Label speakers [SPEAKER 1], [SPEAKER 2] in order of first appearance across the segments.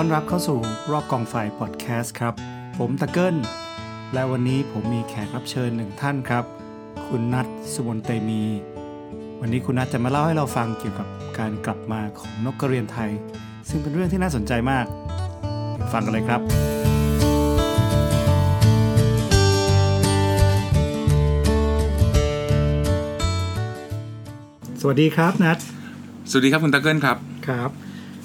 [SPEAKER 1] ต้อนรับเข้าสู่รอบกองไฟพอดแคสต์ครับ ผมตะเกิลและวันนี้ผมมีแขกรับเชิญหนึ่งท่านครับ คุณนัทสุมนเตมี วันนี้คุณนัทจะมาเล่าให้เราฟังเกี่ยวกับการกลับมาของนกกระเรียนไทย ซึ่งเป็นเรื่องที่น่าสนใจมากไปฟังกันเลยครับ สวัสดีครับนัท
[SPEAKER 2] สวัสดีครับคุณตะเกิลครับ
[SPEAKER 1] ครับ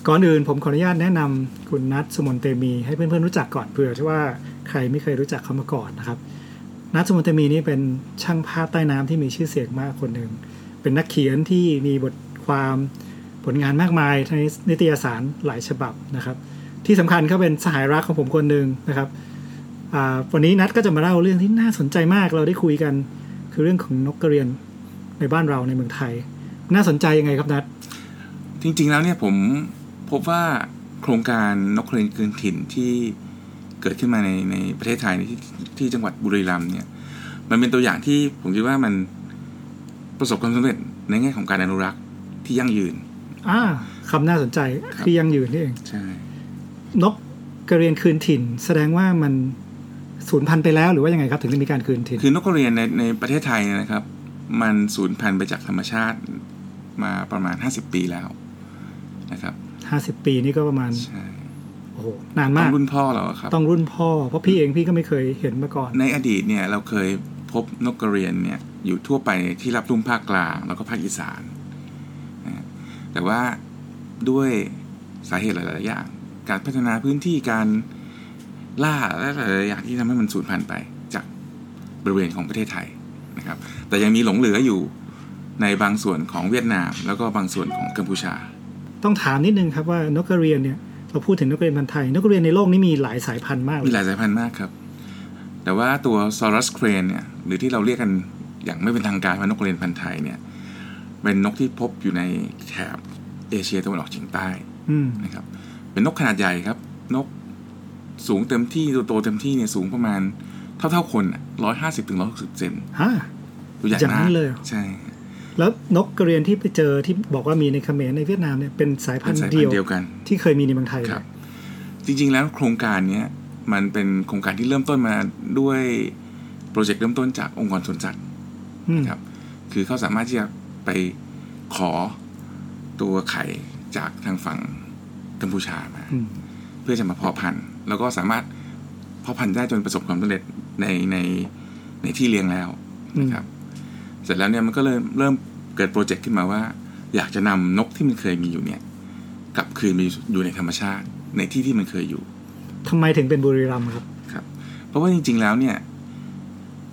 [SPEAKER 1] ก่อนอื่นผมขออนุญาตแนะนำคุณนัทสุมนเตมี ให้เพื่อนๆรู้จักก่อนเผื่อที่ว่าใครไม่เคยรู้จักเขามาก่อนนะครับ นัทสุมนเตมีนี่เป็นช่างภาพใต้น้ำที่มีชื่อเสียงมากคนหนึ่ง เป็นนักเขียนที่มีบทความผลงานมากมายในนิตยสารหลายฉบับนะครับ ที่สำคัญเขาเป็นสหายรักของผมคนหนึ่งนะครับอ่าวันนี้นัทก็จะมาเล่าเรื่องที่น่าสนใจมากเราได้คุยกัน คือเรื่องของนกกระเรียนในบ้านเราในเมืองไทย น่าสนใจยังไงครับนัท
[SPEAKER 2] จริงๆแล้วเนี่ยผมพบว่าโครงการนกเครนคืนถิ่นที่เกิดขึ้นมาในในประเทศไทยในที่ที่จังหวัดบุรีรัมย์เนี่ย มันเป็นตัวอย่างที่ผมคิดว่ามันประสบความสำเร็จในแง่ของการอนุรักษ์ที่ยั่งยืน
[SPEAKER 1] อ่าคำน่าสนใจ
[SPEAKER 2] ครับ
[SPEAKER 1] ที่ยังอยู่นี่เอง
[SPEAKER 2] ใช่
[SPEAKER 1] นกกระเรียนคืนถิ่น แสดงว่ามันสูญพันธุ์ไปแล้วหรือว่ายังไงครับ ถึงจะมีการคืนถิ่น
[SPEAKER 2] คือนกกระเรียนในในประเทศไทยเนี่ยนะครับ มันสูญพันธุ์ไปจากธรรมชาติมาประมาณ 50 ปีแล้วนะครับ
[SPEAKER 1] ห้าสิบปีนี่ก็ประมาณ
[SPEAKER 2] ใช่
[SPEAKER 1] โอ้โหนาน
[SPEAKER 2] ต้อ
[SPEAKER 1] มาก
[SPEAKER 2] งรุ่นพ่อเราอะครับ
[SPEAKER 1] ต้องรุ่นพ่อ เพราะพี่เองพี่ก็ไม่เคยเห็นมาก่อน
[SPEAKER 2] ในอดีตเนี่ยเราเคยพบนกกระเรียนเนี่ยอยู่ทั่วไปที่รับรุ่มภาคกลางแล้วก็ภาคอีสานนะแต่ว่าด้วยสาเหตุหลาย ๆ อย่าง การพัฒนาพื้นที่การล่าและหลายๆอย่างที่ทำให้มันสูญพันธุ์ไปจากบริเวณของประเทศไทยนะครับ แต่ยังมีหลงเหลืออยู่ในบางส่วนของเวียดนาม แล้วก็บางส่วนของกัมพูชา
[SPEAKER 1] ต้องถามนิดนึงครับว่านกกระเรียนเนี่ยเราพูดถึงนกกระเรียนพันธุ์ไทยนกกระเรียนในโลกนี้มีหลายสายพันธุ์มากเล
[SPEAKER 2] มี
[SPEAKER 1] ย
[SPEAKER 2] หลายสายพันธุ์มากครับ แต่ว่าตัวซอรัสเครนเนี่ยหรือที่เราเรียกกันอย่างไม่เป็นทางการว่านกกระเรียนพันธุ์ไทยเนี่ยเป็นนกที่พบอยู่ในแถบเอเชียตะวันออกเฉียงใต้
[SPEAKER 1] อืม
[SPEAKER 2] นะครับเป็นนกขนาดใหญ่ครับ นกสูงเต็มที่ตัวโตเต็มที่เนี่ยสูงประมาณเท่าเท่าๆคนร้อยห้าสิบถึงร้อยหกสิบเซน
[SPEAKER 1] ฮะ
[SPEAKER 2] ตัวใหญ่
[SPEAKER 1] อย่างนั้
[SPEAKER 2] มาก
[SPEAKER 1] นเลยเหรอ
[SPEAKER 2] ใช่
[SPEAKER 1] แล้วนกกระเรียนที่ไปเจอที่บอกว่ามีในเขมรในเวียดนามเนี่ยเป็นสายพั
[SPEAKER 2] เป็น น
[SPEAKER 1] ธุ์
[SPEAKER 2] สายพั
[SPEAKER 1] เดี
[SPEAKER 2] น
[SPEAKER 1] ยว
[SPEAKER 2] ธุ์เดียวกัน
[SPEAKER 1] ที่เคยมีในเมืองไทยเลย
[SPEAKER 2] ครับ จริง ๆ แล้วโครงการเนี้ยมันเป็นโครงการที่เริ่มต้นมาด้วยโปรเจกต์เริ่มต้นจากองค์กรสวนสัตว
[SPEAKER 1] อืม
[SPEAKER 2] ครับ คือเขาสามารถที่จะไปขอตัวไข่จากทางฝั่งกัมพูชามา
[SPEAKER 1] อืม
[SPEAKER 2] เพื่อจะมาเพาะพันธุ์ แล้วก็สามารถเพาะพันธุ์ได้จนประสบความสำเร็จในในในที่เลี้ยงแล้วนะครับ เสร็จแล้วเนี่ยมันก็เลยเริ่มเกิดโปรเจกต์ขึ้นมาว่า อยากจะนำนกที่มันเคยมีอยู่เนี่ยกลับคืนมาอยู่ในธรรมชาติในที่ที่มันเคยอยู่
[SPEAKER 1] ทำไมถึงเป็นบุรีรัมย์ครับ
[SPEAKER 2] ครับเพราะว่าจริงๆ แล้วเนี่ย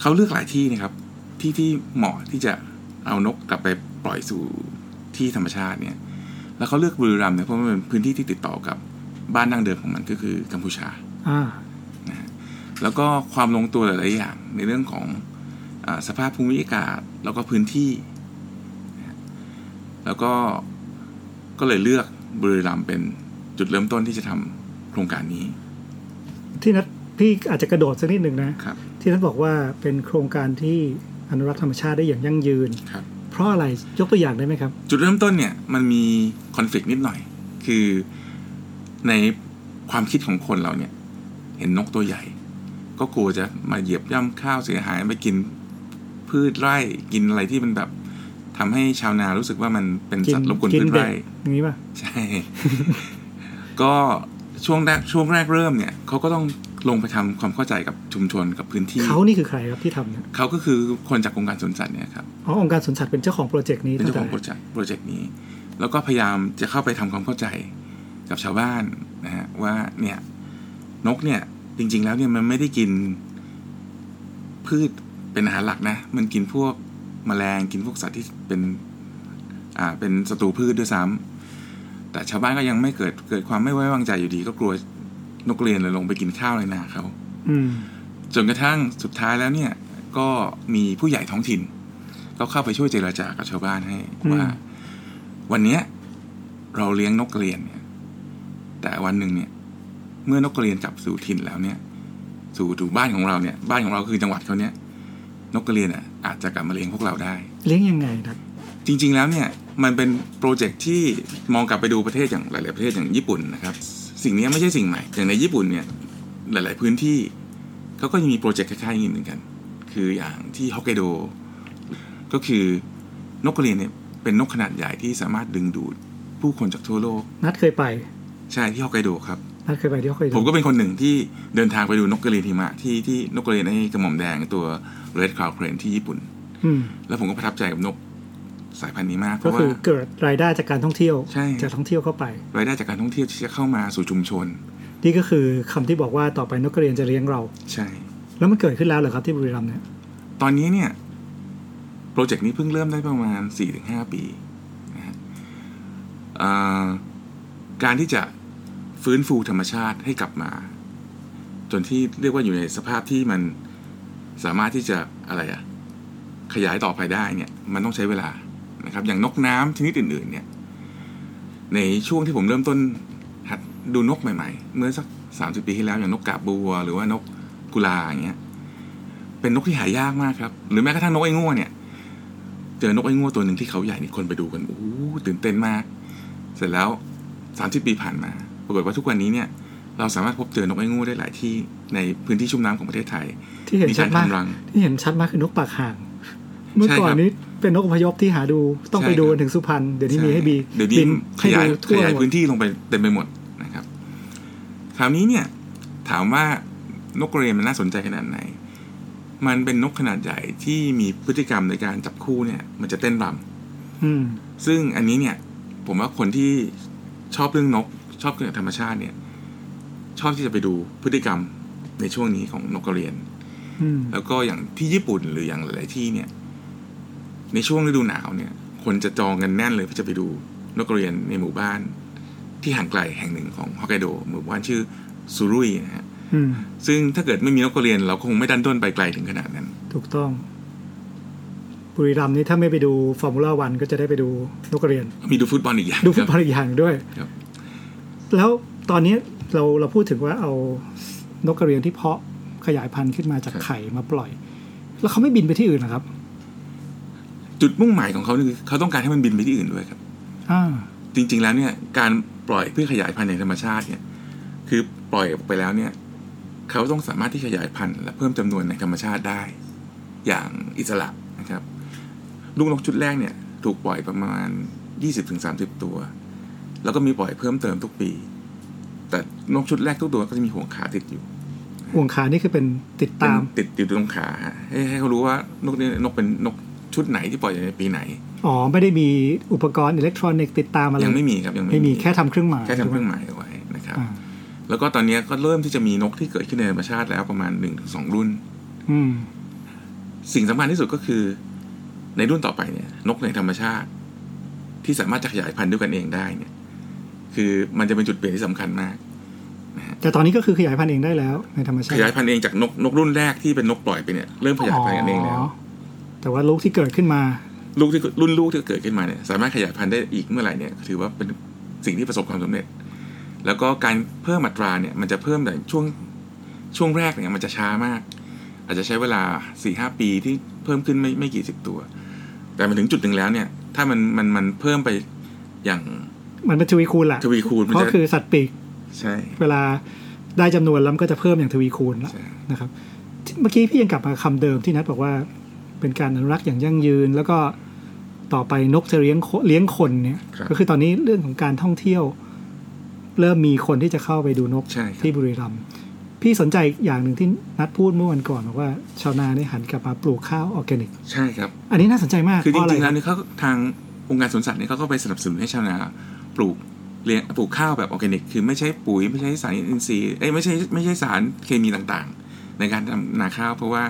[SPEAKER 2] เขาเลือกหลายที่นะครับ ที่ที่เหมาะที่จะเอานกกลับไปปล่อยสู่ที่ธรรมชาติเนี่ย แล้วเขาเลือกบุรีรัมย์เนี่ยเพราะมันเป็นพื้นที่ที่ติดต่อกับบ้านดั้งเดิมของมันก็คือกัมพูชา
[SPEAKER 1] อ่า
[SPEAKER 2] แล้วก็ความลงตัวหลายๆอย่างในเรื่องของอาสภาพภูมิอากาศแล้วก็พื้นที่นะฮะแล้วก็ก็เลยเลือกบุรีรัมย์เป็นจุดเริ่มต้นที่จะทำโครงการนี้
[SPEAKER 1] ที่นัดพี่อาจจะกระโดดสักนิดหนึ่งนะ
[SPEAKER 2] ครับ
[SPEAKER 1] ที่ท่านบอกว่าเป็นโครงการที่อนุรักษ์ธรรมชาติได้อย่างยั่งยืน
[SPEAKER 2] ครับ
[SPEAKER 1] เพราะอะไรยกตัวอย่างได้ไหมครับ
[SPEAKER 2] จุดเริ่มต้นเนี่ยมันมีคอนฟ lict นิดหน่อย คือในความคิดของคนเราเนี่ย เห็นนกตัวใหญ่ ก็กลัวจะมาเหยียบย่ำข้าวเสียหายไปกินพืชไร่กินอะไรที่มันแบบทำให้ชาวนารู้สึกว่ามันเป็น
[SPEAKER 1] กิ
[SPEAKER 2] สัตว์รบกวน
[SPEAKER 1] กิ
[SPEAKER 2] พืช
[SPEAKER 1] เด็ด
[SPEAKER 2] ไร่
[SPEAKER 1] อย่างนี้ป่ะ
[SPEAKER 2] ใช่ ก็ช่วงแรกช่วงแรกเริ่มเนี่ยเขาก็ต้องลงไปทำความเข้าใจกับชุมชนกับพื้นที่
[SPEAKER 1] เขานี่คือใครครับที่ทำเนี่ย
[SPEAKER 2] เขาก็คือคนจากองค์การสวนสัตว์เนี่ยครับ
[SPEAKER 1] อ๋อองค์การสวนสัตว์เป็นเจ้าของโปรเจกต์นี้
[SPEAKER 2] เป็น
[SPEAKER 1] ตั้ง
[SPEAKER 2] เจ้าข
[SPEAKER 1] แต่
[SPEAKER 2] องโปรเจกต์โปรเจกต์นี้ แล้วก็พยายามจะเข้าไปทำความเข้าใจกับชาวบ้านนะฮะว่าเนี่ยนกเนี่ยจริง ๆ แล้วเนี่ยมันไม่ได้กินพืชเป็นอาหารหลักนะ มันกินพวกแมลงกินพวกสัตว์ที่เป็นอ่าเป็นศัตรูพืชด้วยซ้ำแต่ชาวบ้านก็ยังไม่เกิดเกิดความไม่ไว้วางใจอยู่ดี ก็กลัวนกเรียนเลยลงไปกินข้าวในนาเขา
[SPEAKER 1] อืม
[SPEAKER 2] จนกระทั่งสุดท้ายแล้วเนี่ยก็มีผู้ใหญ่ท้องถิ่น ก็เข้าไปช่วยเจราจากับชาวบ้านให้ว่า วันเนี้ยเราเลี้ยงนกกระเรียนเนี่ย แต่วันหนึ่งเนี่ย เมื่อนกกระเรียนกลับสู่ถิ่นแล้วเนี่ย สู่ถูบ้านของเราเนี่ย บ้านของเราคือจังหวัดเขาเนี่ย นกกระเรียนอ่ะอาจจะกลับมาเลี้ยงพวกเราได้
[SPEAKER 1] เลี้ยงยังไงนะ
[SPEAKER 2] จริง ๆ แล้วเนี่ยมันเป็นโปรเจกต์ที่มองกลับไปดูประเทศอย่างหลาย ๆ ประเทศอย่างญี่ปุ่นนะครับ สิ่งนี้ไม่ใช่สิ่งใหม่ อย่างในญี่ปุ่นเนี่ย หลาย ๆ พื้นที่เขาก็ยังมีโปรเจกต์คล้ายๆอย่างนี้เหมือนกัน คืออย่างที่ฮอกไกโด ก็คือนกกระเรียนเนี่ยเป็นนกขนาดใหญ่ที่สามารถดึงดูดผู้คนจากทั่วโลก
[SPEAKER 1] นัดเคยไป
[SPEAKER 2] ใช่ที่ฮอกไกโดครับ
[SPEAKER 1] นัดเคยไปที่ฮอกไกโด
[SPEAKER 2] ผมก็เป็นคนหนึ่งที่เดินทางไปดูนกกระเรียนหิมะที่ที่นกกระเรียนไอ้กระหม่อมแดงตัว red cloud crane ที่ญี่ปุ่น
[SPEAKER 1] อืม
[SPEAKER 2] แล้วผมก็ประทับใจกับนกสายพันธุ์นี้มาก เพ
[SPEAKER 1] ก็
[SPEAKER 2] ราะว่า
[SPEAKER 1] คือเกิดรายได้จากการท่องเที่ยว
[SPEAKER 2] ใช่
[SPEAKER 1] จากท่องเที่ยวเข้าไป
[SPEAKER 2] รายได้จากการท่องเที่ยวที่จะเข้ามาสู่ชุมชน
[SPEAKER 1] นี่ก็คือคำที่บอกว่าต่อไปนกกระเรียนจะเลี้ยงเรา
[SPEAKER 2] ใช่
[SPEAKER 1] แล้วมันเกิดขึ้นแล้วเหรอครับที่บุรีรัมย์เนี่ย
[SPEAKER 2] ตอนนี้เนี่ย โปรเจกต์นี้เพิ่งเริ่มได้ประมาณ 4-5 ปีนะฮะเอ่อการที่จะฟื้นฟูธรรมชาติให้กลับมา จนที่เรียกว่าอยู่ในสภาพที่มันสามารถที่จะอะไรอะขยายต่อไปได้เนี่ย มันต้องใช้เวลานะครับ อย่างนกน้ำชนิดอื่น ๆ เนี่ย ในช่วงที่ผมเริ่มต้นหัดดูนกใหม่ ๆ เมื่อสัก 30 ปีที่แล้วอย่างนกกาบบัว หรือว่านกกุลาอย่างเงี้ย เป็นนกที่หายากมากครับ หรือแม้กระทั่งนกไอ้ง่วเนี่ย เจอนกไอ้ง่วตัวหนึ่งที่เขาใหญ่นี่คนไปดูกัน โอ้โหตื่นเต้นมาก เสร็จแล้วสามสิบปีผ่านมา ปรากฏว่าทุกวันนี้เนี่ย เราสามารถพบเจอนกไอ้ง่วได้หลายที่ในพื้นที่ชุ่มน้ำของประเทศไทย
[SPEAKER 1] ที่เห็น
[SPEAKER 2] มี
[SPEAKER 1] ชั
[SPEAKER 2] กา
[SPEAKER 1] ด
[SPEAKER 2] ร
[SPEAKER 1] มาก
[SPEAKER 2] ทำรัง
[SPEAKER 1] ที่เห็นชัดมากคือนกปากห่าง เมื่อก่อ
[SPEAKER 2] ใช่ค
[SPEAKER 1] น
[SPEAKER 2] รับ
[SPEAKER 1] นี้เป็นนกอพยพที่หาดูต้องไป
[SPEAKER 2] ใช่ครับ
[SPEAKER 1] ดูกันถึงสุพรรณเดี๋ยวนี้มีให้บี
[SPEAKER 2] เดี๋ยวนี้
[SPEAKER 1] บิน
[SPEAKER 2] ข
[SPEAKER 1] ให้
[SPEAKER 2] ยาย
[SPEAKER 1] ดู
[SPEAKER 2] ข
[SPEAKER 1] ทั่วย
[SPEAKER 2] าย
[SPEAKER 1] หมด
[SPEAKER 2] พื้นที่ลงไปเต็มไปหมดนะครับ คราวนี้เนี่ย ถามว่านกกระเรียนมันน่าสนใจขนาดไหน มันเป็นนกขนาดใหญ่ที่มีพฤติกรรมในการจับคู่เนี่ย มันจะเต้นรำ
[SPEAKER 1] อืม
[SPEAKER 2] ซึ่งอันนี้เนี่ย ผมว่าคนที่ชอบเรื่องนก ชอบเรื่องธรรมชาติเนี่ย ชอบที่จะไปดูพฤติกรรมในช่วงนี้ของนกกระเรียน
[SPEAKER 1] อืม
[SPEAKER 2] แล้วก็อย่างที่ญี่ปุ่นหรืออย่างหลาย ๆ ที่เนี่ย ในช่วงฤดูหนาวเนี่ย คนจะจองกันแน่นเลยเพื่อจะไปดูนกกระเรียนในหมู่บ้าน ที่ห่างไกลแห่งหนึ่งของฮอกไกโดหมู่บ้านชื่อซูรุยนะฮะ
[SPEAKER 1] อืม
[SPEAKER 2] ซึ่งถ้าเกิดไม่มีนกกระเรียน เราก็คงไม่ดันด้นไปไกลถึงขนาดนั้น
[SPEAKER 1] ถูกต้อง บุรีรัมย์นี่ถ้าไม่ไปดูฟอร์มูล่าวันก็จะได้ไปดูนกกระเรียน
[SPEAKER 2] มีดูฟุตบอลอีกอย่าง
[SPEAKER 1] ดูฟุตบ
[SPEAKER 2] ค
[SPEAKER 1] อ
[SPEAKER 2] รับ
[SPEAKER 1] ลอีกอย่างด้วย
[SPEAKER 2] ครับ
[SPEAKER 1] แล้วตอนนี้เราเราพูดถึงว่าเอานกกระเรียนที่เพาะขยายพันธุ์ขึ้นมาจากไข่มาปล่อย แล้วเขาไม่บินไปที่อื่นนะครับ
[SPEAKER 2] จุดมุ่งหมายของเขาคือเขาต้องการให้มันบินไปที่อื่นด้วยครับ
[SPEAKER 1] อ่า
[SPEAKER 2] จริงๆ แล้วเนี่ยการปล่อยเพื่อขยายพันธุ์อย่างธรรมชาติเนี่ยคือปล่อยออกไปแล้วเนี่ยเขาต้องสามารถที่ขยายพันธุ์และเพิ่มจำนวนในธรรมชาติได้ อย่างอิสระนะครับลูกนกชุดแรกเนี่ยถูกปล่อยประมาณ 20-30 ตัว แล้วก็มีปล่อยเพิ่มเติมทุกปี แต่นกชุดแรกทุกตัวก็จะมีห่วงขาติดอยู่
[SPEAKER 1] ห่วงขานี่คือเป็นติดตาม
[SPEAKER 2] เป็นติดอยู่ตรงขาฮะให้ให้เขารู้ว่านกนี้นกเป็นนกชุดไหนที่ปล่อยอยู่ในปีไหน
[SPEAKER 1] อ๋อ ไม่ได้มีอุปกรณ์อิเล็กทรอนิกส์ติดตามอะไร
[SPEAKER 2] ยังไม่มีครับยัง
[SPEAKER 1] ไม่
[SPEAKER 2] ไม่
[SPEAKER 1] มีแค่ทำเครื่องหมาย
[SPEAKER 2] แค่ทำเครื่องหมายเอาไว้นะครับ
[SPEAKER 1] อ่า
[SPEAKER 2] แล้วก็ตอนนี้ก็เริ่มที่จะมีนกที่เกิดขึ้นในธรรมชาติแล้วประมาณ 1-2 รุ่น
[SPEAKER 1] อืม
[SPEAKER 2] สิ่งสำคัญที่สุดก็คือ ในรุ่นต่อไปเนี่ย นกในธรรมชาติ ที่สามารถจะขยายพันธุ์ด้วยกันเองได้เนี่ย คือมันจะเป็นจุดเปลี่ยนที่สำคัญมาก
[SPEAKER 1] แต่ตอนนี้ก็คือขยายพันธุ์เองได้แล้วในธรรมชา
[SPEAKER 2] ข
[SPEAKER 1] ติ
[SPEAKER 2] ยายพันธุ์เองจากนกนกรุ่นแรกที่เป็นนกปล่อยไปเนี่ยเริ่มขยายพันธุ์กันเองแล้ว
[SPEAKER 1] แต่ว่าลูกที่เกิดขึ้นมา
[SPEAKER 2] ลูกที่รุ่นลูกที่เกิดขึ้นมาเนี่ยสามารถขยายพันธุ์ได้อีกเมื่อไหร่เนี่ยถือว่าเป็นสิ่งที่ประสบความสำเร็จ แล้วก็การเพิ่มอัตราเนี่ยมันจะเพิ่มแต่ช่วงช่วงแรกเนี่ยมันจะช้ามาก อาจจะใช้เวลาสี่ห้าปีที่เพิ่มขึ้นไม่ไม่กี่สิบตัว แต่มันถึงจุดหนึ่งแล้วเนี่ย ถ้ามันมันมันเพิ่มไปอย่าง
[SPEAKER 1] มันเป็นทวีคูณแหละ
[SPEAKER 2] ทวีคูณมัน
[SPEAKER 1] เพราะ
[SPEAKER 2] จะ
[SPEAKER 1] คือสัตว์ปีก
[SPEAKER 2] ใช่
[SPEAKER 1] เวลาได้จำนวนแล้วมันก็จะเพิ่มอย่างทวีคูณละ
[SPEAKER 2] ใช่
[SPEAKER 1] นะครับที่เมื่อกี้พี่ยังกลับมาคำเดิมที่นัดบอกว่า เป็นการอนุรักษ์อย่างยั่งยืน แล้วก็ต่อไปนกจะเลี้ยงคเลี้ยงคนเนี่ย
[SPEAKER 2] ครับ
[SPEAKER 1] ก็คือตอนนี้เรื่องของการท่องเที่ยว เริ่มมีคนที่จะเข้าไปดูนก
[SPEAKER 2] ใช่ครับ
[SPEAKER 1] ที่บุรีรัมย์พี่สนใจอย่างหนึ่งที่นัดพูดเมื่อวันก่อนบอกว่าชาวนาเนี่ยหันกลับมาปลูกข้าวออร์แกนิก
[SPEAKER 2] ใช่ครับ
[SPEAKER 1] อันนี้น่าสนใจมาก
[SPEAKER 2] คือจ
[SPEAKER 1] เพาะะ
[SPEAKER 2] ริงๆ
[SPEAKER 1] ไค
[SPEAKER 2] แล้ว
[SPEAKER 1] บ
[SPEAKER 2] เนี่ยเขาทางองค์การสวนสัตว์เนี่ยเขาก็ไปสนับสนุนให้ชาวนาปลูกเลี้ยงปลูกข้าวแบบออร์แกนิก คือไม่ใช่ปุ๋ยไม่ใช่สารอินทรีย์เอ้ยไม่ใช่ไม่ใช่สารเคมีต่างๆ ในการทำนาข้าวเพราะว่า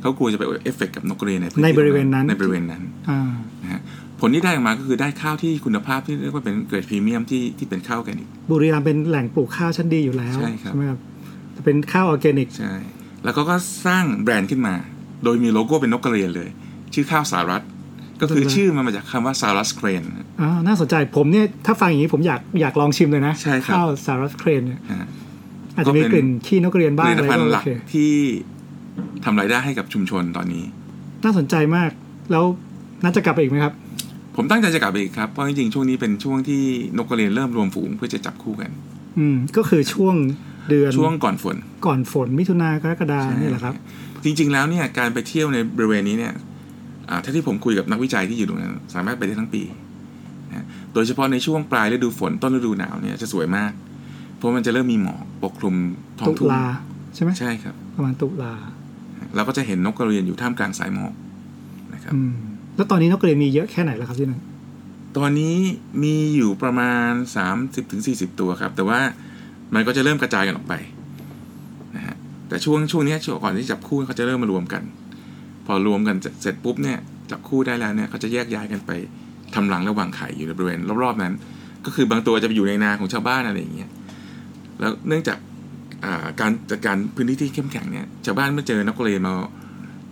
[SPEAKER 2] เขากลัวจะไปเอฟเฟกต์กับนกกระเรียนในพื้น
[SPEAKER 1] ใน
[SPEAKER 2] ที่
[SPEAKER 1] บริเวณนั้น
[SPEAKER 2] ในบริเวณนั้น
[SPEAKER 1] อ่า
[SPEAKER 2] นะฮะผลที่ได้ออกมาก็คือได้ข้าวที่คุณภาพที่เรียกว่าเป็นเกรดพรีเมียมที่ที่เป็นข้าวออร์แกนิก
[SPEAKER 1] บุรีรัมย์เป็นแหล่งปลูกข้าวชั้นดีอยู่แล้ว
[SPEAKER 2] ใช่ครับ
[SPEAKER 1] ไหมครับแต่เป็นข้าวออร์แกนิก
[SPEAKER 2] ใช่ แล้วเขาก็สร้างแบรนด์ขึ้นมา โดยมีโลโก้เป็นนกกระเรียนเลย ชื่อข้าวสารัตก็คือชื่อมันมาจากคำว่าสารัสเครน
[SPEAKER 1] อ่าน่าสนใจผมเนี่ย ถ้าฟังอย่างนี้ผมอยากอยากลองชิมเลยนะ
[SPEAKER 2] ใช่ครับ
[SPEAKER 1] ข้าวสารัสเครนเนี่ย
[SPEAKER 2] นะฮะ
[SPEAKER 1] อาจจะมีกลิ่นขี้นกกระเรียน
[SPEAKER 2] ผ
[SPEAKER 1] บ้าง
[SPEAKER 2] ลิ
[SPEAKER 1] อะ
[SPEAKER 2] ต
[SPEAKER 1] ไร
[SPEAKER 2] ภัณฑ์
[SPEAKER 1] ก็
[SPEAKER 2] ห
[SPEAKER 1] โอ
[SPEAKER 2] ลัก
[SPEAKER 1] เค
[SPEAKER 2] ที่ทำรายได้ให้กับชุมชนตอนนี้
[SPEAKER 1] น่าสนใจมาก แล้วน่าจะกลับไปอีกไหมครับ
[SPEAKER 2] ผมตั้งใจจะกลับไปอีกครับ เพราะจริงๆช่วงนี้เป็นช่วงที่นกกระเรียนเริ่มรวมฝูงเพื่อจะจับคู่กัน
[SPEAKER 1] อืมก็คือช่วงเดือน
[SPEAKER 2] ช่วงก่อนฝน
[SPEAKER 1] ก่อนฝนมิถุนากรกฎา
[SPEAKER 2] ใช่
[SPEAKER 1] เนี่ยแหละครับ
[SPEAKER 2] จริง ๆ แล้วเนี่ยการไปเที่ยวในบริเวณนี้เนี่ยอ่าถ้าที่ผมคุยกับนักวิจัยที่อยู่ตรงนั้นสามารถไปได้ทั้งปีนะโดยเฉพาะในช่วงปลายฤดูฝนต้นฤดูหนาวเนี่ยจะสวยมาก เพราะมันจะเริ่มมีหมอกปกคลุมท้อ
[SPEAKER 1] ตุ
[SPEAKER 2] งทุ่ง
[SPEAKER 1] ลาใช่ไหม
[SPEAKER 2] ใช่ครับ
[SPEAKER 1] ประมาณตุลา
[SPEAKER 2] เราก็จะเห็นนกกระเรียนอยู่ท่ามกลางสายหมอกนะครับ
[SPEAKER 1] อืมแล้วตอนนี้นกกระเรียนมีเยอะแค่ไหนแล้วครับที่นั่น
[SPEAKER 2] ตอนนี้มีอยู่ประมาณ 30-40 ตัวครับ แต่ว่ามันก็จะเริ่มกระจายกันออกไปนะฮะแต่ช่วงช่วงเนี้ยช่วงก่อนที่จับคู่เขาจะเริ่มมารวมกัน พอรวมกันเสร็จเสร็จปุ๊บเนี่ยจับคู่ได้แล้วเนี่ยเขาจะแยกย้ายกันไปทำรังระหว่างไข่อยู่ในบริเวณรอบๆนั้น ก็คือบางตัวจะไปอยู่ในนาของชาวบ้านอะไรอย่างเงี้ยแล้วเนื่องจากอ่าการจัดการพื้นที่ที่เข้มแข็งเนี่ยชาวบ้านเมื่อเจอนกกระเรียนมา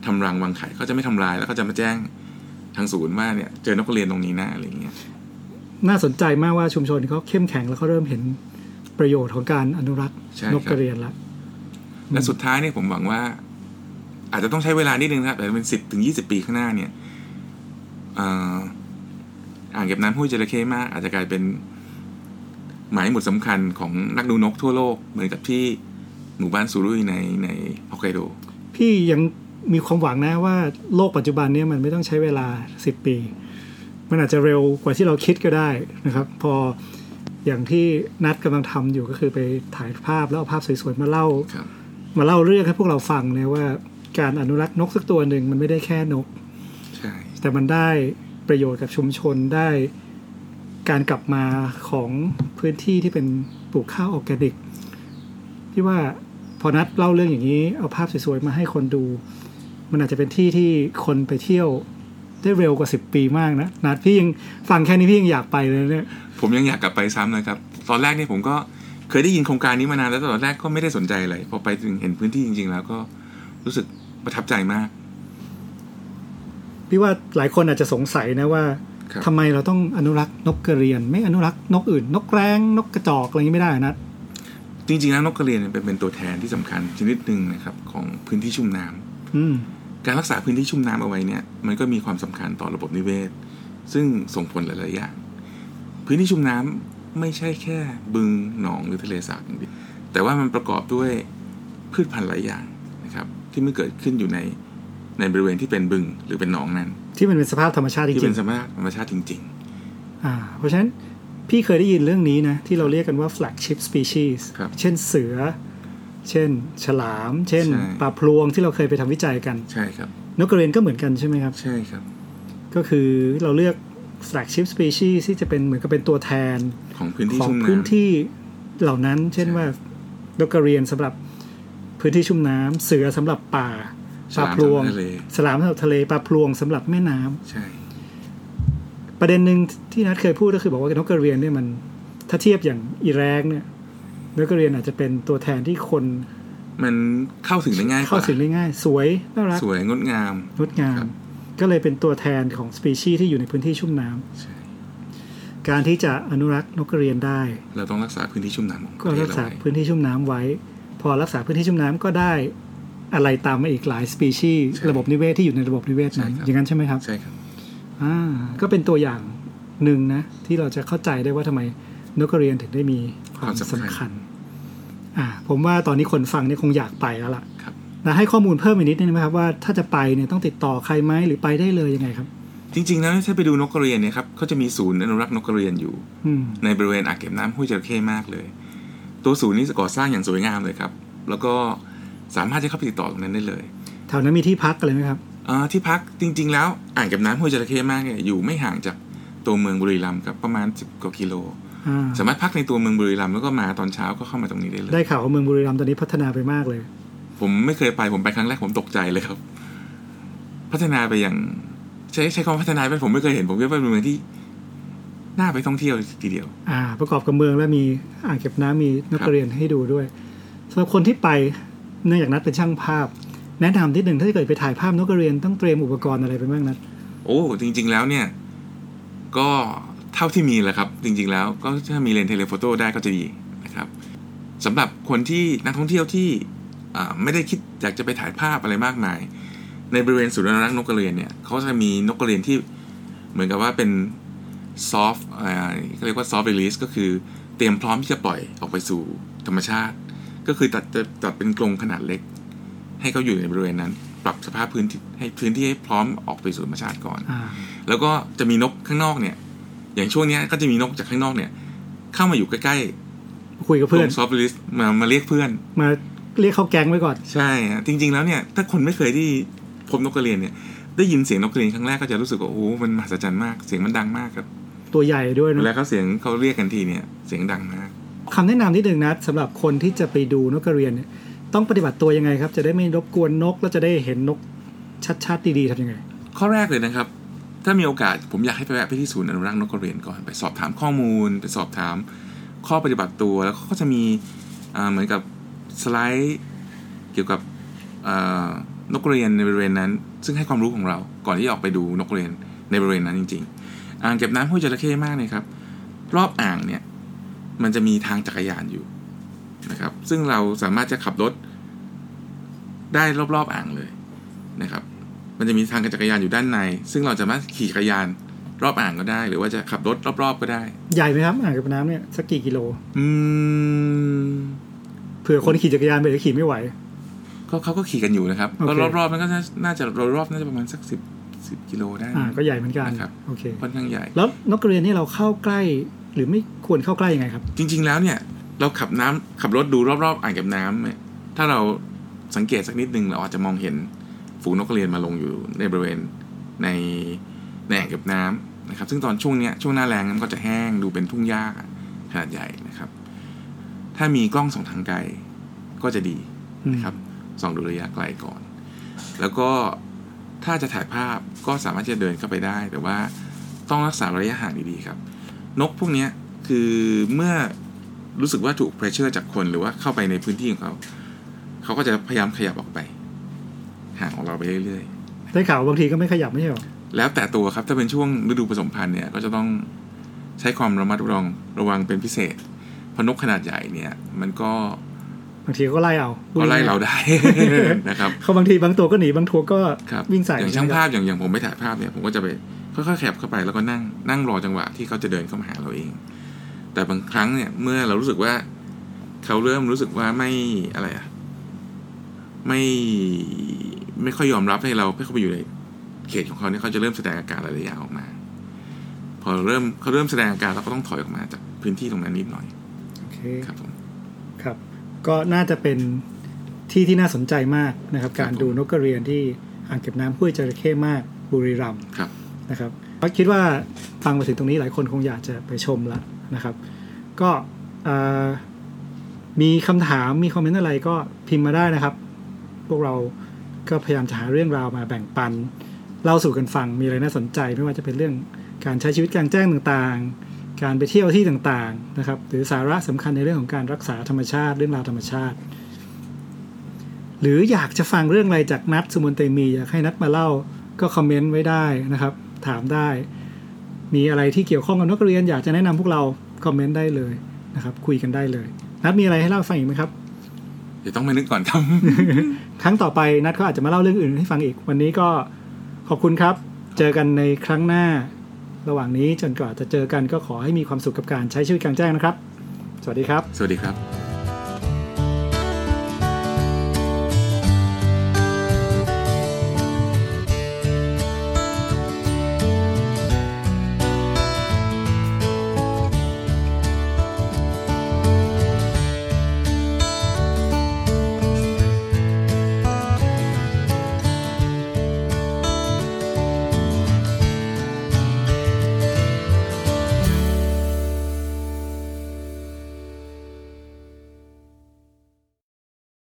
[SPEAKER 2] ทำรังวางไข่เขาจะไม่ทำลายแล้วเขาจะมาแจ้งทางศูนย์ว่าเนี่ยเจอนกกระเรียนตรงนี้นะอะไรอย่างเงี้ย
[SPEAKER 1] น่าสนใจมากว่าชุมชนเขาเข้มแข็งแล้วเขาเริ่มเห็นประโยชน์ของการอนุรักษ์
[SPEAKER 2] ใช่ครับ
[SPEAKER 1] นกกระเรียนละ
[SPEAKER 2] และ
[SPEAKER 1] อืม
[SPEAKER 2] สุดท้ายเนี่ยผมหวังว่า อาจจะต้องใช้เวลานิดนึงนะครับแต่เป็นสิบถึงยี่สิบปีข้างหน้าเนี่ยอ่าอ่างเก็บน้ำห้วยจระเข้มาก อาจจะกลายเป็นหมายหมุดสำคัญของนักดูนกทั่วโลก เหมือนกับที่หมู่บ้านซูรุยในในฮอกไกโด
[SPEAKER 1] พี่ยังมีความหวังนะว่าโลกปัจจุบันเนี้มันไม่ต้องใช้เวลา 10 ปี มันอาจจะเร็วกว่าที่เราคิดก็ได้นะครับ พออย่างที่นัดกำลังทำอยู่ก็คือไปถ่ายภาพแล้วเอาภาพสวยๆมาเล่า
[SPEAKER 2] ครับ
[SPEAKER 1] มาเล่าเรื่องให้พวกเราฟังเนี่ยว่าการอนุรักษ์นกสักตัวหนึ่งมันไม่ได้แค่นก
[SPEAKER 2] ใช่
[SPEAKER 1] แต่มันได้ประโยชน์กับชุมชนได้การกลับมาของพื้นที่ที่เป็นปลูกข้าวออร์แกนิกพี่ว่าพอนัดเล่าเรื่องอย่างนี้ เอาภาพสวยๆมาให้คนดู มันอาจจะเป็นที่ที่คนไปเที่ยวได้เร็วกว่า 10 ปีมากนะนัดพี่ยังฟังแค่นี้พี่ยังอยากไปเลยเนี่ย
[SPEAKER 2] ผมยังอยากกลับไปซ้ำเลยครับ ตอนแรกเนี่ยผมก็เคยได้ยินโครงการนี้มานานแล้วแต่ตอนแรกก็ไม่ได้สนใจอะไรพอไปถึงเห็นพื้นที่จริง ๆ แล้วก็รู้สึกประทับใจมาก
[SPEAKER 1] พี่ว่าหลายคนอาจจะสงสัยนะว่า
[SPEAKER 2] ครับ
[SPEAKER 1] ทำไมเราต้องอนุรักษ์นกกระเรียน ไม่อนุรักษ์นกอื่น นกแร้งนกกระจอกอะไรอย่างนี้ไม่ได้นะ
[SPEAKER 2] จริงๆแล้วนกกระเรียนเนี่ยเป็นเป็นตัวแทนที่สำคัญชนิดหนึ่งนะครับของพื้นที่ชุ่มน้ำ
[SPEAKER 1] อืม
[SPEAKER 2] การรักษาพื้นที่ชุ่มน้ำเอาไว้เนี่ยมันก็มีความสำคัญต่อระบบนิเวศ ซึ่งส่งผลหลายๆอย่างพื้นที่ชุ่มน้ำไม่ใช่แค่บึงหนองหรือทะเลสาบอย่างเดียวแต่ว่ามันประกอบด้วยพืชพันธุ์หลายอย่างนะครับที่มันเกิดขึ้นอยู่ในในบริเวณที่เป็นบึงหรือเป็นหนองนั้น
[SPEAKER 1] ที่มันเป็นสภาพธรรมชาติจ
[SPEAKER 2] ที่
[SPEAKER 1] ริ
[SPEAKER 2] เป็
[SPEAKER 1] ง
[SPEAKER 2] นสภาพธรรมชาติจริง
[SPEAKER 1] ๆอ่า เพราะฉะนั้นพี่เคยได้ยินเรื่องนี้นะ ที่เราเรียกกันว่า flagship species
[SPEAKER 2] ครับ
[SPEAKER 1] เช่นเสือ เช่น ฉลาม เช่นปลาพลวงที่เราเคยไปทำวิจัยกัน
[SPEAKER 2] ๆ ใช่ครับ
[SPEAKER 1] นกกระเรียนก็เหมือนกันใช่ไหมครับ
[SPEAKER 2] ใช่ครับ
[SPEAKER 1] ก็คือเราเลือก flagship species ที่จะเป็นเหมือนกับเป็นตัวแทน
[SPEAKER 2] ของพื้นที่
[SPEAKER 1] ของ
[SPEAKER 2] ชุ่มน้ำ
[SPEAKER 1] พื้นที่เหล่านั้น เช่น
[SPEAKER 2] ใช่
[SPEAKER 1] ว่าดกกระเรียนสำหรับพื้นที่ชุ่มน้ำเสือสำหรับป่าป
[SPEAKER 2] ฉ
[SPEAKER 1] ลา
[SPEAKER 2] ลาม
[SPEAKER 1] พลวง
[SPEAKER 2] สำหรับทะเล
[SPEAKER 1] ฉลามสำหรับทะเลปลาพลวงสำหรับแม่น้ำ
[SPEAKER 2] ใช่
[SPEAKER 1] ประเด็นหนึ่งที่นัดเคยพูดก็คือบอกว่านกกระเรียนเนี่ยมันถ้าเทียบอย่างอิแรงเนี่ยนกกระเรียนอาจจะเป็นตัวแทนที่คน
[SPEAKER 2] มันเข้าถึงได้ง่ายก
[SPEAKER 1] เข้า
[SPEAKER 2] ว่า
[SPEAKER 1] ถึงได้ง่าย สวยน่ารัก
[SPEAKER 2] สวยงดงาม
[SPEAKER 1] งดงา
[SPEAKER 2] ครั
[SPEAKER 1] ม
[SPEAKER 2] บ
[SPEAKER 1] ก็เลยเป็นตัวแทนของสปีชีส์ที่อยู่ในพื้นที่ชุ่มน้ำ
[SPEAKER 2] ใช่
[SPEAKER 1] การที่จะอนุรักษ์นกกระเรียนได้
[SPEAKER 2] เราต้องรักษาพื้นที่ชุ่มน้ำของ
[SPEAKER 1] ก็
[SPEAKER 2] ประเท
[SPEAKER 1] รั
[SPEAKER 2] ศ
[SPEAKER 1] ก
[SPEAKER 2] เรา
[SPEAKER 1] ษา
[SPEAKER 2] ไว้
[SPEAKER 1] พื้นที่ชุ่มน้ำไว้ พอรักษาพื้นที่ชุ่มน้ำก็ได้อะไรตามมาอีกหลายสปีชีส์ระบบนิเวศที่อยู่ในระบบนิเวศนั้นอย่างนั้นใช่ไหมครับ
[SPEAKER 2] ใช่ครับ
[SPEAKER 1] อ่าก็เป็นตัวอย่างหนึ่งนะที่เราจะเข้าใจได้ว่าทำไมนกกระเรียนถึงได้มีค
[SPEAKER 2] ค
[SPEAKER 1] วาม
[SPEAKER 2] วาม
[SPEAKER 1] สำ
[SPEAKER 2] สำคั
[SPEAKER 1] คัญ
[SPEAKER 2] ญ
[SPEAKER 1] อ่าผมว่าตอนนี้คนฟังเนี่ยคงอยากไปแล้วล่ะ
[SPEAKER 2] ครับ
[SPEAKER 1] นะให้ข้อมูลเพิ่มอีกนิดนึงไหมครับว่าถ้าจะไปเนี่ยต้องติดต่อใครไหมหรือไปได้เลยยังไงครับ
[SPEAKER 2] จริงๆแล้วถ้าไปดูนกกระเรียนเนี่ยครับเขาจะมีศูนย์อนุรักษ์นกกระเรียนอยู่
[SPEAKER 1] อืม
[SPEAKER 2] ในบริเวณอ่างเก็บน้ำห้วยจระเข้มากเลย ตัวศูนย์นี้ก่อสร้างอย่างสวยงามเลยครับ แล้วก็สามารถจะเข้าไปติดต่อตรงนั้นได้เลย
[SPEAKER 1] แถวนั้นมีที่พักกันเลยไหมครับ
[SPEAKER 2] เอ่อที่พักจริง ๆ แล้วอ่างเก็บน้ำห้วยจระเข้มากเนี่ยอยู่ไม่ห่างจากตัวเมืองบุรีรัมย์ครับประมาณ 10กว่ากิโล
[SPEAKER 1] อ่า
[SPEAKER 2] สามารถพักในตัวเมืองบุรีรัมย์แล้วก็มาตอนเช้าก็เข้ามาตรงนี้ได้เลย
[SPEAKER 1] ได้ข่าวว่าเมืองบุรีรัมย์ตอนนี้พัฒนาไปมากเลย
[SPEAKER 2] ผมไม่เคยไปผมไปครั้งแรกผมตกใจเลยครับ พัฒนาไปอย่าง ใช้ใช้คำว่าพัฒนาไปผมไม่เคยเห็นผมคิดว่าเป็นเมืองที่น่าไปท่องเที่ยวทีเดียว
[SPEAKER 1] อ่าประกอบกับเมืองแล้วมีอ่างเก็บน้ำมีนักเรียนให้ดูด้วยสำหรับคนที่ไปเนื่องจากนัดเป็นช่างภาพ แนะนำนิดหนึ่งถ้าเกิดไปถ่ายภาพนกกระเรียนต้องเตรียมอุปกรณ์อะไรไปบ้างนัด
[SPEAKER 2] โอ้จริง ๆ แล้วเนี่ย ก็เท่าที่มีแหละครับ จริง ๆ แล้ว ก็ถ้ามีเลนส์เทเลโฟโต้ได้ก็จะดีนะครับสำหรับคนที่นักท่องเที่ยวที่อ่าไม่ได้คิดอยากจะไปถ่ายภาพอะไรมากมาย ในบริเวณศูนย์อนุรักษ์นกกระเรียนเนี่ยเขาจะมีนกกระเรียนที่เหมือนกับว่าเป็นซอฟต์เรียกว่าซอฟต์ e ี e สก็คือ เตรียมพร้อมที่จะปล่อยออกไปสู่ธรรมชาติ ก็คือตัดจะตัดเป็นกรงขนาดเล็ก ให้เขาอยู่ในบริเวณนั้น ปรับสภาพพื้นที่ให้พื้นที่ให้พร้อมออกไปสู่ธรรมชาติก่อน
[SPEAKER 1] อ่า
[SPEAKER 2] แล้วก็จะมีนกข้างนอกเนี่ย อย่างช่วงเนี้ยก็จะมีนกจากข้างนอกเนี่ย เข้ามาอยู่ใกล้
[SPEAKER 1] คุยกับ
[SPEAKER 2] ๆก
[SPEAKER 1] เพื่อ
[SPEAKER 2] ลุ่
[SPEAKER 1] น
[SPEAKER 2] มซอฟต์ลิสมามาเรียกเพื่อน
[SPEAKER 1] มาเรียกเขาแก๊งไว้ก่อน
[SPEAKER 2] ใช่ฮะจริง ๆ แล้วเนี่ย ถ้าคนไม่เคยที่พบนกกระเรียนเนี่ย ได้ยินเสียงนกกระเรียนครั้งแรกก็จะรู้สึกว่าโอ้โหมันมหัศจรรย์มากเสียงมันดังมากครับ
[SPEAKER 1] ตัวใหญ่ด้วย
[SPEAKER 2] เว
[SPEAKER 1] เน
[SPEAKER 2] ลา
[SPEAKER 1] อะ
[SPEAKER 2] เขาเสียงเขาเรียกกันทีเนี่ย เสียงดังมาก
[SPEAKER 1] คำแนะนำนิดหนึ่งนะสำหรับคนที่จะไปดูนกกระเรียนเนี่ยต้องปฏิบัติตัวยังไงครับ จะได้ไม่รบกวนนกแล้วจะได้เห็นนกชัดๆดีๆทำยังไง
[SPEAKER 2] ข้อแรกเลยนะครับ ถ้ามีโอกาสผมอยากให้ไปแวะไปที่ศูนย์อนุรักษ์นกกระเรียนก่อนไปสอบถามข้อมูล ไปสอบถามข้อปฏิบัติตัว แล้วเขาก็จะมีอ่าเหมือนกับสไลด์เกี่ยวกับอ่านกกระเรียนในบริเวณนั้น ซึ่งให้ความรู้ของเราก่อนที่จะออกไปดูนกกระเรียนในบริเวณนั้นจริง ๆ อ่างเก็บน้ำห้วยจระเข้มากเลยครับ รอบอ่างเนี่ยมันจะมีทางจักรยานอยู่นะครับ ซึ่งเราสามารถจะขับรถได้รอบๆอ่างเลยนะครับ มันจะมีทางจักรยานอยู่ด้านใน ซึ่งเราจะสามารถขี่จักรยานรอบอ่างก็ได้ หรือว่าจะขับรถรอบๆก็ได้
[SPEAKER 1] ใหญ่ไหมครับอ่างเก็บน้ำเนี่ยสักกี่กิโล
[SPEAKER 2] อืม
[SPEAKER 1] เผื่อคนขี่จักรยานไปแล้วขี่ไม่ไหว
[SPEAKER 2] ก็เขาก็ขี่กันอยู่นะครับ
[SPEAKER 1] โอเค
[SPEAKER 2] ก็รอบๆนั้นก็น่าจะรอบๆน่าจะประมาณสักสิบสิบกิโลได้
[SPEAKER 1] อ่าก็ใหญ่เหมือนกัน
[SPEAKER 2] นะครับ
[SPEAKER 1] โอเค
[SPEAKER 2] ค่อนข้างใหญ่
[SPEAKER 1] แล้วนกกระเรียนนี่เราเข้าใกล้หรือไม่ควรเข้าใกล้ยังไงครับ
[SPEAKER 2] จริง ๆ แล้วเนี่ย เราขับน้ำขับรถดูรอบๆอ่างเก็บน้ำเนี่ยถ้าเราสังเกตสักนิดนึงเราอาจจะมองเห็นฝูงนกกระเรียนมาลงอยู่ในบริเวณในในอ่างเก็บน้ำนะครับ ซึ่งตอนช่วงเนี้ยช่วงหน้าแรงมันก็จะแห้งดูเป็นทุ่งหญ้าขนาดใหญ่นะครับ ถ้ามีกล้องส่องทางไกลก็จะดีนะครับส่องดูระยะไกลก่อน แล้วก็ถ้าจะถ่ายภาพก็สามารถที่จะเดินเข้าไปได้ แต่ว่าต้องรักษาระยะห่างดีๆครับ นกพวกเนี้ยคือเมื่อรู้สึกว่าถูกเพรสเชอร์จากคนหรือว่าเข้าไปในพื้นที่ของเขา เขาก็จะพยายามขยับออกไป ห่างของเราไปเรื่อย
[SPEAKER 1] ได้ข่าวบางทีก็ไม่ขยับไม่ใช่หรอ
[SPEAKER 2] ๆ แล้วแต่ตัวครับถ้าเป็นช่วงฤดูผสมพันธุ์เนี่ยก็จะต้องใช้ความระมัดระวังระวังเป็นพิเศษเพราะนกขนาดใหญ่เนี่ย มันก็
[SPEAKER 1] บางทีก็ไล่เอา
[SPEAKER 2] ก็ไล่เรา
[SPEAKER 1] พูดง่ย
[SPEAKER 2] ได้ นะครับ
[SPEAKER 1] ๆเขาบางทีบางตัวก็หนีบางตัวก็
[SPEAKER 2] ครับ
[SPEAKER 1] วิ่งใส่
[SPEAKER 2] อย่างช่างภาพอย่างอย่างผมไปถ่ายภาพเนี่ยผมก็จะไปค่อยๆแคบเข้าไปแล้วก็นั่งนั่งรอจังหวะที่เขาจะเดินเข้ามาหาเราเอง แต่บางครั้งเนี่ยเมื่อเรารู้สึกว่า เขาเริ่มรู้สึกว่าไม่อะไรอะไม่ไม่ค่อยยอมรับให้เราให้เขาไปอยู่ในเขตของเขาเนี่ยเขาจะเริ่มแสดงอาการหลายๆอย่างออกมา พอเริ่มเขาเริ่มแสดงอาการเราก็ต้องถอยออกมาจากพื้นที่ตรงนั้นนิดหน่อย
[SPEAKER 1] โอเค
[SPEAKER 2] ครับผม
[SPEAKER 1] ครับ ก็น่าจะเป็นที่ที่น่าสนใจมากนะครับ
[SPEAKER 2] ครับ
[SPEAKER 1] การดูนกกระเรียนที่อ่างเก็บน้ำห้วยจระเข้มากบุรีรัมย์
[SPEAKER 2] ครับ
[SPEAKER 1] นะครับก็คิดว่าฟังมาถึงตรงนี้หลายคนคงอยากจะไปชมละนะครับ ก็เอ่อมีคำถามมีคอมเมนต์อะไรก็พิมพ์มาได้นะครับ พวกเราก็พยายามจะหาเรื่องราวมาแบ่งปัน เล่าสู่กันฟังมีอะไรน่าสนใจ ไม่ว่าจะเป็นเรื่องการใช้ชีวิตกลางแจ้งต่างๆ การไปเที่ยวที่ต่างๆนะครับ หรือสาระสำคัญในเรื่องของการรักษาธรรมชาติเรื่องราวธรรมชาติ หรืออยากจะฟังเรื่องอะไรจากนัดสมุนเตมีอยากให้นัดมาเล่าก็คอมเมนต์ไว้ได้นะครับ ถามได้ มีอะไรที่เกี่ยวข้องกับนักเรียน อยากจะแนะนำพวกเราคอมเมนต์ได้เลยนะครับ คุยกันได้เลย นัดมีอะไรให้เล่าให้ฟังอีกไหมครับ
[SPEAKER 2] เดี๋ยวต้องไปนึกก่อนครับ
[SPEAKER 1] ครั้งต่อไปนัดเขาอาจจะมาเล่าเรื่องอื่นให้ฟังอีก วันนี้ก็ขอบคุณครับ เจอกันในครั้งหน้า ระหว่างนี้จนกว่าจะเจอกันก็ขอให้มีความสุขกับการใช้ชีวิตกลางแจ้งนะครับ สวัสดีครับ
[SPEAKER 2] สวัสดีครับ